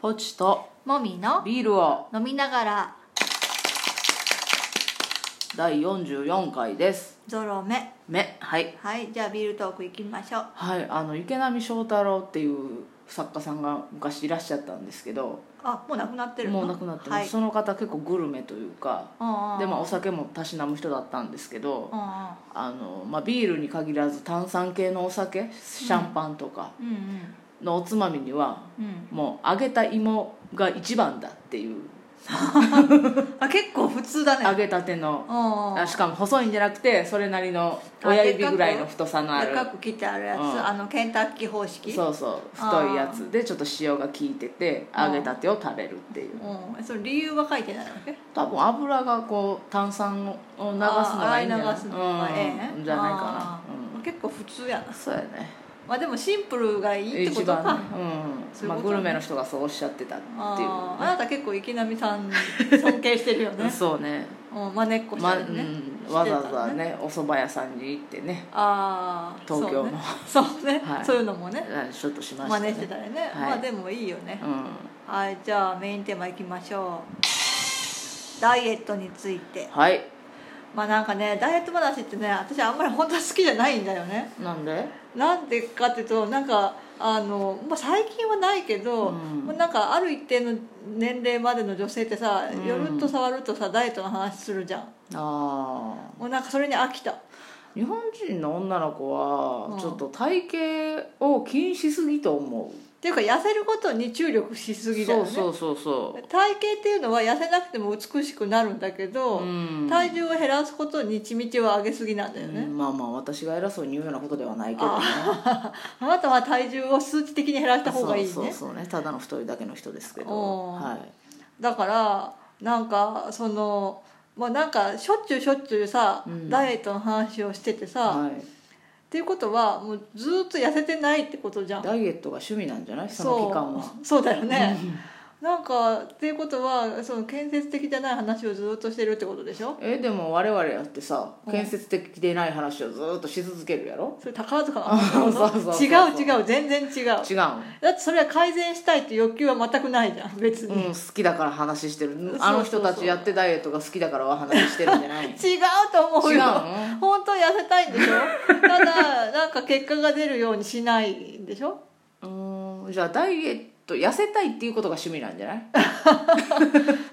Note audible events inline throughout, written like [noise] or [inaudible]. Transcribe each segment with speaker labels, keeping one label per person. Speaker 1: ポチと
Speaker 2: もみの
Speaker 1: ビールを
Speaker 2: 飲みながら
Speaker 1: 第44回です
Speaker 2: ゾロ目
Speaker 1: 目はい
Speaker 2: はいじゃあビールトーク行きましょう
Speaker 1: はいあの池波正太郎っていう作家さんが昔いらっしゃったんですけど
Speaker 2: あもうなくなってるの
Speaker 1: もう亡くなってます、
Speaker 2: はい
Speaker 1: その方結構グルメというか
Speaker 2: うんうん
Speaker 1: でまあお酒もたしなむ人だったんですけど
Speaker 2: う
Speaker 1: あの、まあ、ビールに限らず炭酸系のお酒シャンパンとか
Speaker 2: んうんうん
Speaker 1: のおつまみには
Speaker 2: うんうん
Speaker 1: もう揚げた芋が一番だっていう
Speaker 2: あ結構普通だね
Speaker 1: 揚げたての
Speaker 2: うんうん
Speaker 1: あしかも細いんじゃなくてそれなりの親指ぐらいの太さのある
Speaker 2: でかく切ってあるやつ、
Speaker 1: うん
Speaker 2: あのケンタッキー方式
Speaker 1: そうそう太いやつでちょっと塩が効いてて
Speaker 2: あー
Speaker 1: 揚げたてを食べるっていう
Speaker 2: うん、その理由は書いてないわけ
Speaker 1: 多分油がこう炭酸を流すのがいいんじゃない
Speaker 2: あー洗い流すのがええ
Speaker 1: うんじゃないか
Speaker 2: あ
Speaker 1: な
Speaker 2: ー結構普通やな
Speaker 1: うんそうやね
Speaker 2: まあでもシンプルがいいってことか、
Speaker 1: ね
Speaker 2: そ
Speaker 1: うん
Speaker 2: ういう
Speaker 1: まあ
Speaker 2: ことね
Speaker 1: グルメの人がそうおっしゃってたっていう
Speaker 2: あーあ
Speaker 1: ね
Speaker 2: なた結構池波さん尊敬してるよね、
Speaker 1: そうね
Speaker 2: うん、まねっこし
Speaker 1: ま
Speaker 2: た
Speaker 1: あう
Speaker 2: りね、
Speaker 1: ん
Speaker 2: し
Speaker 1: わ
Speaker 2: て
Speaker 1: ざ
Speaker 2: た
Speaker 1: わざねお蕎麦屋さんに行ってね
Speaker 2: ああ
Speaker 1: 東京の
Speaker 2: そうねそうね、 [laughs]
Speaker 1: はい
Speaker 2: そういうのもね
Speaker 1: ちょっとしました
Speaker 2: 真似して
Speaker 1: ね
Speaker 2: たらね、
Speaker 1: はい
Speaker 2: まあでもいいよね
Speaker 1: う、ん
Speaker 2: はいじゃあメインテーマいきましょうダイエットについて
Speaker 1: はい
Speaker 2: まあなんかねダイエット話ってね私あんまり本当は好きじゃないんだよね
Speaker 1: なんで
Speaker 2: なんでかっていうとなんかあの、まあ、最近はないけど、
Speaker 1: うん
Speaker 2: もうなんかある一定の年齢までの女性ってさ、
Speaker 1: うん
Speaker 2: 寄ると触るとさダイエットの話するじゃん
Speaker 1: ああ
Speaker 2: もうなんかそれに飽きた
Speaker 1: 日本人の女の子
Speaker 2: う
Speaker 1: は
Speaker 2: ん
Speaker 1: ちょっと体型を気にしすぎと思う
Speaker 2: っていうか痩せることに注力しすぎだ
Speaker 1: そ
Speaker 2: よ
Speaker 1: う
Speaker 2: ね
Speaker 1: そうそうそ
Speaker 2: 体型っていうのは痩せなくても美しくなるんだけ
Speaker 1: う
Speaker 2: ど、
Speaker 1: うん
Speaker 2: 体重を減らすことにちみちを上げすぎなんだよね、
Speaker 1: うんまあまあ私が偉そうに言うようなことではないけどね
Speaker 2: あなたは体重を数値的に減らした方がいいね
Speaker 1: そうそうそうねただの太いだけの人ですけど
Speaker 2: おー
Speaker 1: はい
Speaker 2: だからなんかそのまあなんかしょっちゅうしょっちゅうさ、
Speaker 1: うん
Speaker 2: ダイエットの話をしててさ、っ
Speaker 1: はい
Speaker 2: ていうことはもうずーっと痩せてないってことじゃん
Speaker 1: ダイエットが趣味なんじゃないその期間は
Speaker 2: そうそうだよ
Speaker 1: [laughs]
Speaker 2: ねなんかっていうことはその建設的じゃない話をずーっとしてるってことでしょ
Speaker 1: えでも我々やってさ
Speaker 2: うん
Speaker 1: 建設的でない話をずーっとし続けるやろ
Speaker 2: それ宝塚なの
Speaker 1: [laughs] そうそうそうそう
Speaker 2: 違う違う全然違う
Speaker 1: 違う
Speaker 2: だってそれは改善したいって欲求は全くないじゃん別に、
Speaker 1: ん、うん、好きだから話してる
Speaker 2: そうそうそう
Speaker 1: あの人たちやってダイエットが好きだからは話してるんじゃない違う
Speaker 2: 違うと思うよ
Speaker 1: の
Speaker 2: 本当は痩せたいんでし
Speaker 1: [laughs]
Speaker 2: ょただなんか結果が出るようにしないんでしょ
Speaker 1: うーんじゃあダイエット痩せたいっていうことが趣味なんじゃない、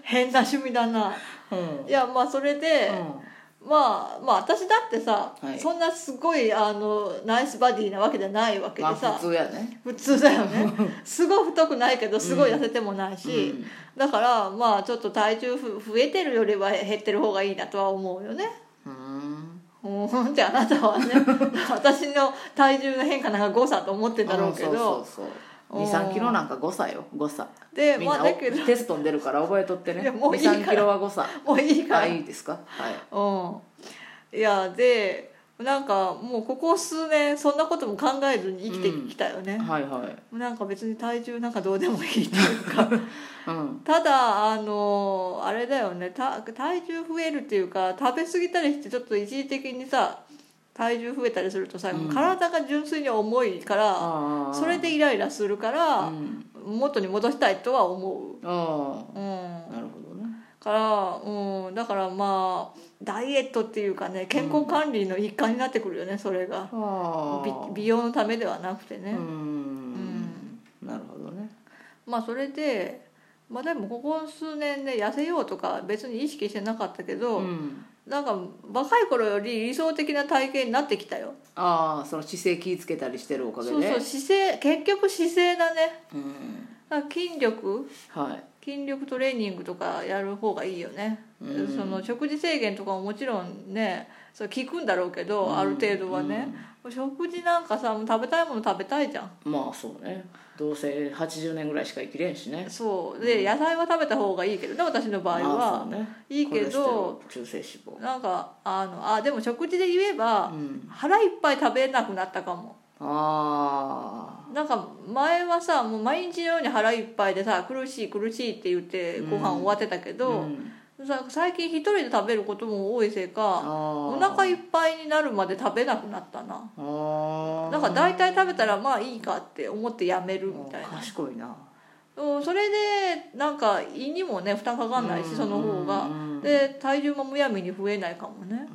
Speaker 2: 変な趣味だな
Speaker 1: うん
Speaker 2: いやまあそれで、まあまあ私だってさ、
Speaker 1: はい
Speaker 2: そんなすごいあのナイスバディなわけじゃないわけで
Speaker 1: まあ
Speaker 2: さ、
Speaker 1: 普通やね、
Speaker 2: 普通だよ
Speaker 1: [laughs]
Speaker 2: ねすごい太くないけどすごい痩せてもない
Speaker 1: う
Speaker 2: し、
Speaker 1: ん
Speaker 2: だからまあちょっと体重ふ増えてるよりは減ってる方がいいなとは思うよね
Speaker 1: うーん
Speaker 2: うんってあなたはね私の体重の変化なんか誤差と思ってんだろうけど
Speaker 1: あそうそうそう23キロなんか誤差よ誤差
Speaker 2: で
Speaker 1: みん
Speaker 2: ま
Speaker 1: な
Speaker 2: あだけど
Speaker 1: テストに出るから覚えとってね
Speaker 2: いやもういいから
Speaker 1: 23キロは誤差
Speaker 2: もういいから
Speaker 1: あいいですかはい
Speaker 2: うんいやでなんかもうここ数年そんなことも考えずに生きてきたよね、も
Speaker 1: はいはいう
Speaker 2: なんか別に体重なんかどうでもいいっていうか [laughs]
Speaker 1: うん
Speaker 2: ただあのあれだよねた体重増えるっていうか食べ過ぎたりしてちょっと一時的にさ体重増えたりするとさ、
Speaker 1: うん
Speaker 2: 体が純粋に重いから
Speaker 1: あー
Speaker 2: それでイライラするから、
Speaker 1: うん
Speaker 2: 元に戻したいとは思
Speaker 1: あ
Speaker 2: ううん
Speaker 1: あなるほどね
Speaker 2: から、うん、だからまあダイエットっていうかね健康管理の一環になってくるよねそれが
Speaker 1: あ
Speaker 2: び
Speaker 1: ー
Speaker 2: 美容のためではなくてね、
Speaker 1: うーんなるほどね
Speaker 2: まあそれでまあでもここ数年ね痩せようとか別に意識してなかったけど、
Speaker 1: うん
Speaker 2: なんか若い頃より理想的な体型になってきたよ
Speaker 1: ああその姿勢気ぃつけたりしてるおかげ
Speaker 2: そう
Speaker 1: で
Speaker 2: そう姿勢結局姿勢だね
Speaker 1: うん
Speaker 2: だから筋力
Speaker 1: はい
Speaker 2: 筋力トレーニングとかやる方がいいよね、
Speaker 1: うん
Speaker 2: その食事制限とかももちろんねそれ効くんだろうけど、ある程度はね、もう食事なんかさもう食べたいもの食べたいじゃん
Speaker 1: うんまあそうねどうせ80年ぐらいしか生きれんしね
Speaker 2: そうで野菜は食べた方がいいけどね私の場合
Speaker 1: まあそう
Speaker 2: は
Speaker 1: ね
Speaker 2: いいけ
Speaker 1: コレ
Speaker 2: ど
Speaker 1: ステロール中性脂
Speaker 2: なんかあのあでも食事で言えば
Speaker 1: 肪うん
Speaker 2: 腹いっぱい食べなくなったかも
Speaker 1: あ
Speaker 2: なんか前はさもう毎日のように腹いっぱいでさ苦しい苦しいって言ってご飯終わってたけ
Speaker 1: あ
Speaker 2: ど、さ最近一人で食べることも多いせいかお
Speaker 1: お
Speaker 2: 腹いっぱいになるまで食べなくなったな
Speaker 1: ああ
Speaker 2: なんか大体食べたらまあいいかって思ってやめるみたいな
Speaker 1: 賢いな
Speaker 2: うんそれでなんか胃にもね負担かかんないしその方が
Speaker 1: うん
Speaker 2: で体重もむやみに増えないかもね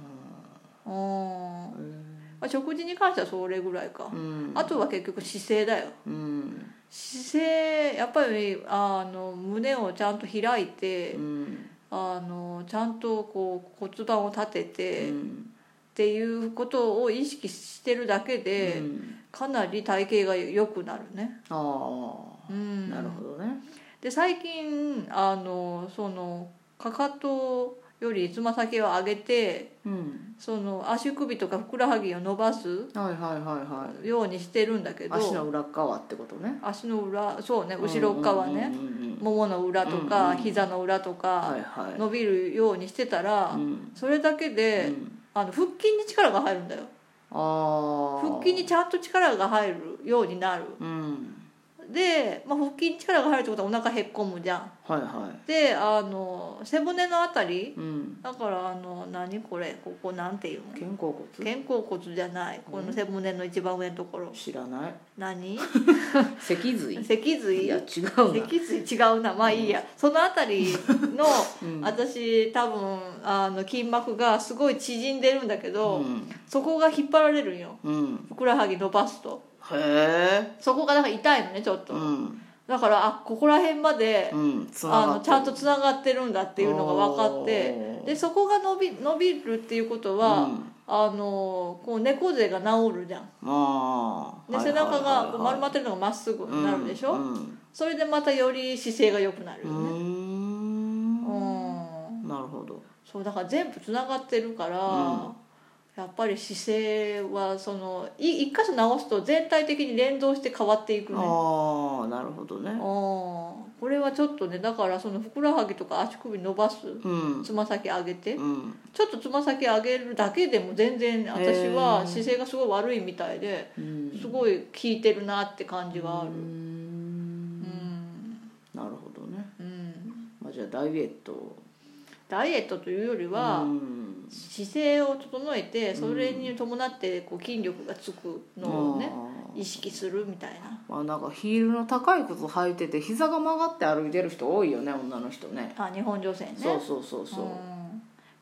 Speaker 1: う
Speaker 2: うん
Speaker 1: ん
Speaker 2: まあ食事に関してはそれぐらいか
Speaker 1: うん
Speaker 2: あとは結局姿勢だよ
Speaker 1: うん
Speaker 2: 姿勢やっぱりあの胸をちゃんと開いて
Speaker 1: うん
Speaker 2: あのちゃんとこう骨盤を立てて、
Speaker 1: う
Speaker 2: っ
Speaker 1: ん
Speaker 2: ていうことを意識してるだけで、
Speaker 1: うん
Speaker 2: かなり体型が良くなるね。
Speaker 1: ああ
Speaker 2: うん、
Speaker 1: なるほどね
Speaker 2: で最近あのそのかかとよりつま先を上げて
Speaker 1: うん
Speaker 2: その足首とかふくらはぎを伸ばす
Speaker 1: はいはいはいはい
Speaker 2: ようにしてるんだけど
Speaker 1: 足の裏側ってことね
Speaker 2: 足の裏そうね後ろ側ね、
Speaker 1: うんうんうんうん
Speaker 2: ももの裏とか、
Speaker 1: うんうん
Speaker 2: 膝の裏とか
Speaker 1: はいはい
Speaker 2: 伸びるようにしてたら、
Speaker 1: うん
Speaker 2: それだけで、
Speaker 1: うん
Speaker 2: あの腹筋に力が入るんだよ
Speaker 1: ああ
Speaker 2: 腹筋にちゃんと力が入るようになる
Speaker 1: うん
Speaker 2: で、まあ、腹筋に力が入るってことはお腹へっこむじゃん
Speaker 1: はいは
Speaker 2: であの背骨のあたり
Speaker 1: いうん
Speaker 2: だからあの何これここなんていうの
Speaker 1: 肩甲骨
Speaker 2: 肩甲骨じゃないこの背骨の一番上のところ
Speaker 1: 知らない [laughs]
Speaker 2: 何
Speaker 1: 脊髄
Speaker 2: 脊
Speaker 1: い
Speaker 2: 髄
Speaker 1: や違うな
Speaker 2: 脊髄違うなまあいいや、そのあたりの
Speaker 1: うん
Speaker 2: 私多分あの筋膜がすごい縮んでるんだけど、
Speaker 1: うん
Speaker 2: そこが引っ張られるんよ
Speaker 1: うん
Speaker 2: ふくらはぎ伸ばすと
Speaker 1: へえ
Speaker 2: そこがなんか痛いのねちょっと、
Speaker 1: うん
Speaker 2: だからあここら辺まで、
Speaker 1: うんつな
Speaker 2: あ
Speaker 1: が
Speaker 2: の
Speaker 1: って
Speaker 2: ちゃんとつながってるんだっていうのが分かって
Speaker 1: おー
Speaker 2: でそこが伸び伸びるっていうことは、
Speaker 1: うん
Speaker 2: あのこう猫背が治るじゃん
Speaker 1: ああ
Speaker 2: で背中がこう丸まってるのがまっすぐになるでしょ、
Speaker 1: うん
Speaker 2: それでまたより姿勢が良くなる
Speaker 1: う
Speaker 2: よね
Speaker 1: ん
Speaker 2: う
Speaker 1: うん
Speaker 2: ん
Speaker 1: なるほど
Speaker 2: そうだから全部つながってるから、
Speaker 1: うん
Speaker 2: やっぱり姿勢はそのい一箇所直すと全体的に連動して変わっていくね
Speaker 1: ああなるほど
Speaker 2: あ
Speaker 1: ね
Speaker 2: ーこれはちょっとねだからそのふくらはぎとか足首伸ばす
Speaker 1: うん
Speaker 2: つま先上げて
Speaker 1: うん
Speaker 2: ちょっとつま先上げるだけでも全然私
Speaker 1: へ
Speaker 2: は
Speaker 1: ー
Speaker 2: 姿勢がすごい悪いみたいで
Speaker 1: うん
Speaker 2: すごい効いてるなって感じがある
Speaker 1: う
Speaker 2: うんん
Speaker 1: なるほどね
Speaker 2: うん
Speaker 1: まあじゃあダイエット
Speaker 2: ダイエットというよりは
Speaker 1: うん
Speaker 2: 姿勢を整えてそれに伴ってこう筋力がつくのをね
Speaker 1: あー
Speaker 2: 意識するみたいな
Speaker 1: まあなんかヒールの高い靴履いてて膝が曲がって歩いてる人多いよね女の人ね
Speaker 2: あ日本女性ね
Speaker 1: そうそうそうそう
Speaker 2: う、ん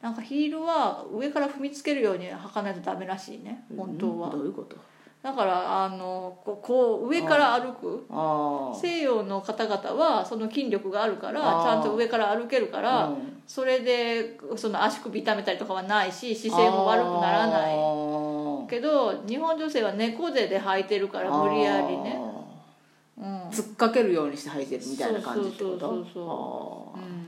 Speaker 2: なんかヒールは上から踏みつけるように履かないとダメらしいね本当は
Speaker 1: うんどういうこと
Speaker 2: だからあのこうこう上から歩く
Speaker 1: あ
Speaker 2: 西洋の方々はその筋力があるからち
Speaker 1: あー
Speaker 2: ゃんと上から歩けるか
Speaker 1: あ
Speaker 2: ら
Speaker 1: うん
Speaker 2: それでその足首痛めたりとかはないし姿勢も悪くなら
Speaker 1: あ
Speaker 2: ない
Speaker 1: ー
Speaker 2: けど日本女性は猫背で履いてるから無理やりねうん
Speaker 1: あー突っかけるようにして履いてるみたいな感じってこと
Speaker 2: そうそうそう
Speaker 1: そう
Speaker 2: うん
Speaker 1: あー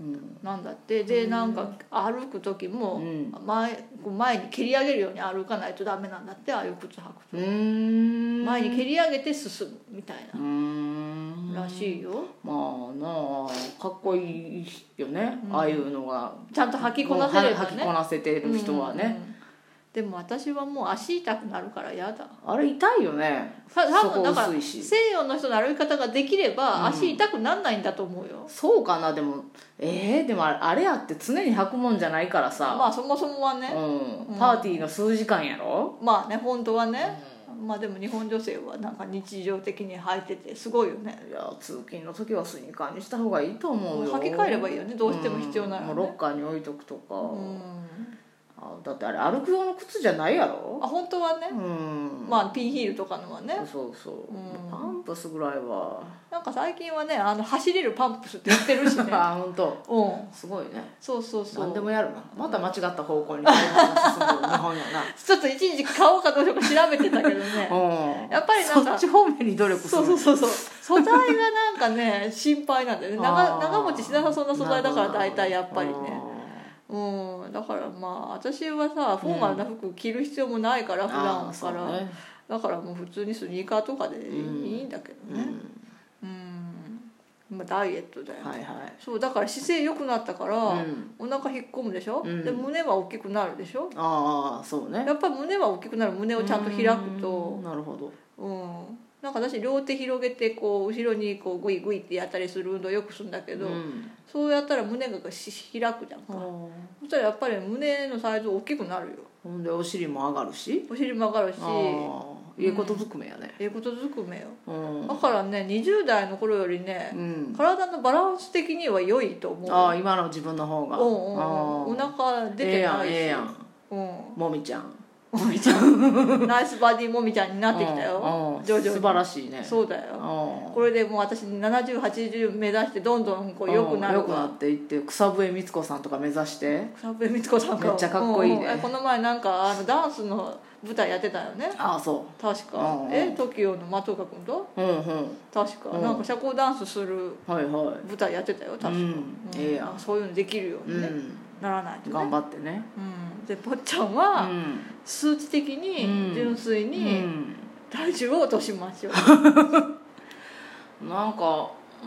Speaker 1: うん
Speaker 2: なんだってでなんか歩く時も
Speaker 1: うん
Speaker 2: 前こう前に蹴り上げるように歩かないとダメなんだってああいう靴履く
Speaker 1: うーん
Speaker 2: 前に蹴り上げて進むみたいう
Speaker 1: ーん
Speaker 2: ならしいよ
Speaker 1: まあなあかっこいいよね、
Speaker 2: うん
Speaker 1: ああいうのが
Speaker 2: ちゃんと履きこなせ
Speaker 1: もう
Speaker 2: れば
Speaker 1: は履き
Speaker 2: ね
Speaker 1: こなせてる人は
Speaker 2: うんうん
Speaker 1: ね、
Speaker 2: うんでも私はもう足痛くなるから嫌だ
Speaker 1: あれ痛いよね
Speaker 2: た多
Speaker 1: そこ
Speaker 2: 分だから
Speaker 1: 薄いし
Speaker 2: 西洋の人の歩き方ができれ
Speaker 1: うん
Speaker 2: ば足痛くなんないんだと思うよ、
Speaker 1: そうかなでもえー、でもあれあれやって常に履くもんじゃないから
Speaker 2: ま
Speaker 1: さ、
Speaker 2: あそもそもはね、
Speaker 1: うん
Speaker 2: うん
Speaker 1: パーティーの数時間やろ、
Speaker 2: まあね本当はね、まあでも日本女性はなんか日常的に履いててすごいよね
Speaker 1: いや通勤の時はスニーカーにした方がいいと思うよ
Speaker 2: もう履き替えればいいよねどうしても必要ならね
Speaker 1: うんもうロッカーに置いとくとか、
Speaker 2: うん
Speaker 1: あだってあれ歩く用の靴じゃないやろ
Speaker 2: あ本当はね
Speaker 1: う、ん
Speaker 2: まあピンヒールとかのはね
Speaker 1: そうそう、
Speaker 2: うん
Speaker 1: パンプスぐらいは
Speaker 2: なんか最近はねあの走れるパンプスって言ってるし
Speaker 1: [laughs]
Speaker 2: ね
Speaker 1: あ本当。
Speaker 2: うん
Speaker 1: すごいね
Speaker 2: そうそうそう
Speaker 1: 何でもやるなまた間違った方向に進む日本やな
Speaker 2: ちょっと一時買おうかどうしようか調べ
Speaker 1: [laughs]
Speaker 2: てたけど [laughs] ね
Speaker 1: うん
Speaker 2: やっぱりなん
Speaker 1: そっ
Speaker 2: か
Speaker 1: ち方面に努力する
Speaker 2: そうそうそうそう素材がなんかね心配なんだよね
Speaker 1: あー
Speaker 2: 長長持ちしなさそうな素材だから
Speaker 1: なる
Speaker 2: 大
Speaker 1: ほど
Speaker 2: 体やっぱりねうんだからまあ私はさフォーマルな服着る必要もないから、
Speaker 1: あー
Speaker 2: 普段
Speaker 1: あー
Speaker 2: か
Speaker 1: そう
Speaker 2: ら、
Speaker 1: ね
Speaker 2: だからもう普通にスニーカーとかでい
Speaker 1: うん
Speaker 2: いんだけど
Speaker 1: う
Speaker 2: ね
Speaker 1: ん
Speaker 2: うん、まあ、ダイエットだよ、
Speaker 1: はいはい
Speaker 2: そうだから姿勢良くなったから、
Speaker 1: うん
Speaker 2: お腹引っ込むでしょ、
Speaker 1: うん
Speaker 2: で胸は大きくなるでしょ
Speaker 1: ああそうね
Speaker 2: やっぱり胸は大きくなる胸をちゃんと開く
Speaker 1: う
Speaker 2: と
Speaker 1: んなるほど
Speaker 2: うん、なんか私両手広げてこう後ろにこうグイグイってやったりする運動よくするんだけど、
Speaker 1: うん
Speaker 2: そうやったら胸がし開くじゃんか、
Speaker 1: ほ
Speaker 2: そしたらやっぱり胸のサイズ大きくなるよ
Speaker 1: んでお尻も上がるし
Speaker 2: お尻も上がるし
Speaker 1: あーいいことずくめやね
Speaker 2: ええことずくめよ
Speaker 1: うん、
Speaker 2: だからね20代の頃よりね
Speaker 1: うん、
Speaker 2: 体のバランス的には良いと思う
Speaker 1: ああ今の自分の方が
Speaker 2: うんうんうん、お
Speaker 1: ああ
Speaker 2: 腹出てないし、
Speaker 1: ええやんええやんもみちゃん
Speaker 2: うん、もみちゃんナイスバディもみちゃんになってきた
Speaker 1: うんう
Speaker 2: よ
Speaker 1: ん
Speaker 2: 徐々に
Speaker 1: 素晴らしいね
Speaker 2: そうだよ
Speaker 1: あ
Speaker 2: これでもう私7080目指してどんどんこう良くなる
Speaker 1: 良くなっていって草笛光子さんとか目指して
Speaker 2: 草笛光子さんが
Speaker 1: めっちゃかっこいいね
Speaker 2: うんうんえこの前なんかあのダンスの舞台やってたよね
Speaker 1: ああそ
Speaker 2: 確
Speaker 1: うん
Speaker 2: か
Speaker 1: うん
Speaker 2: え TOKIO の松岡君と
Speaker 1: ううんうん
Speaker 2: 確か
Speaker 1: うん
Speaker 2: なんか社交ダンスする
Speaker 1: はいはい
Speaker 2: 舞台やってたよ確か、
Speaker 1: う
Speaker 2: うん
Speaker 1: ええやん
Speaker 2: あそういうのできるようにね、
Speaker 1: う
Speaker 2: ならないと
Speaker 1: ん
Speaker 2: ね
Speaker 1: 頑張ってね
Speaker 2: うん、で坊ちゃん
Speaker 1: う
Speaker 2: は、
Speaker 1: ん
Speaker 2: 数値的
Speaker 1: うん
Speaker 2: に純粋
Speaker 1: う
Speaker 2: に
Speaker 1: ん
Speaker 2: 体重を落としま
Speaker 1: [laughs]
Speaker 2: しょう、
Speaker 1: なんかうー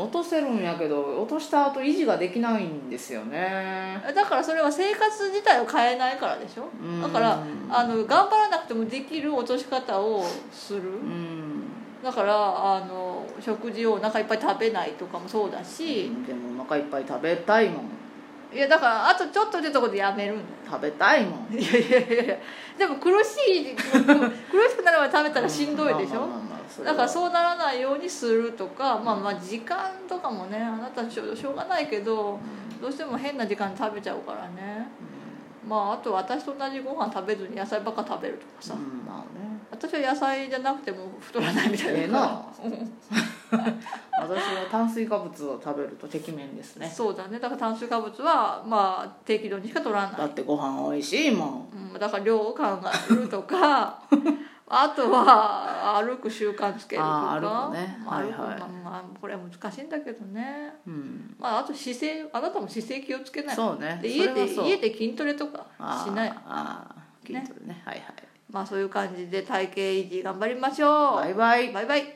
Speaker 1: ん落とせるんやけど落とした後維持ができないんですよね
Speaker 2: だからそれは生活自体を変えないからでしょ
Speaker 1: うん
Speaker 2: だからあの頑張らなくてもできる落とし方をする
Speaker 1: うん
Speaker 2: だからあの食事をお腹いっぱい食べないとかもそうだし、
Speaker 1: でもお腹いっぱい食べたいもん
Speaker 2: いやだからあとちょっとってとこでやめるんだよ
Speaker 1: 食べたいもん
Speaker 2: [laughs] いやいやいやいやでも苦しい苦しくなれば食べたらしんどいでしょ、
Speaker 1: まあまあまあまあそれ
Speaker 2: だ
Speaker 1: は
Speaker 2: からそうならないようにするとか、まあ、まあ時間とかもねあなたしょしょうがないけどどうしても変な時間に食べちゃうからねまああと私と同じご飯食べずに野菜ばっか食べるとか
Speaker 1: う
Speaker 2: さ、
Speaker 1: んまあね
Speaker 2: 私は野菜じゃなくても太らないみたいな
Speaker 1: ええな私は炭水化物を食べるとてきめんですね
Speaker 2: そうだねだから炭水化物はまあ定期量にしか取らない
Speaker 1: だってご飯美味しいもん
Speaker 2: うん、だから量を考えるとか [laughs] あとは歩く習慣つけるとか
Speaker 1: あー歩くね
Speaker 2: まあ歩く
Speaker 1: はいはい
Speaker 2: まあまあこれは難しいんだけどね、
Speaker 1: うん
Speaker 2: まあ、あと姿勢あなたも姿勢気をつけない
Speaker 1: そうね
Speaker 2: で
Speaker 1: それ
Speaker 2: 家
Speaker 1: は
Speaker 2: で
Speaker 1: そう
Speaker 2: 家で筋トレとか
Speaker 1: あー
Speaker 2: しない
Speaker 1: あー筋トレねはいはい
Speaker 2: まあそういう感じで体型維持頑張りましょう、
Speaker 1: バイバイ
Speaker 2: バイバイ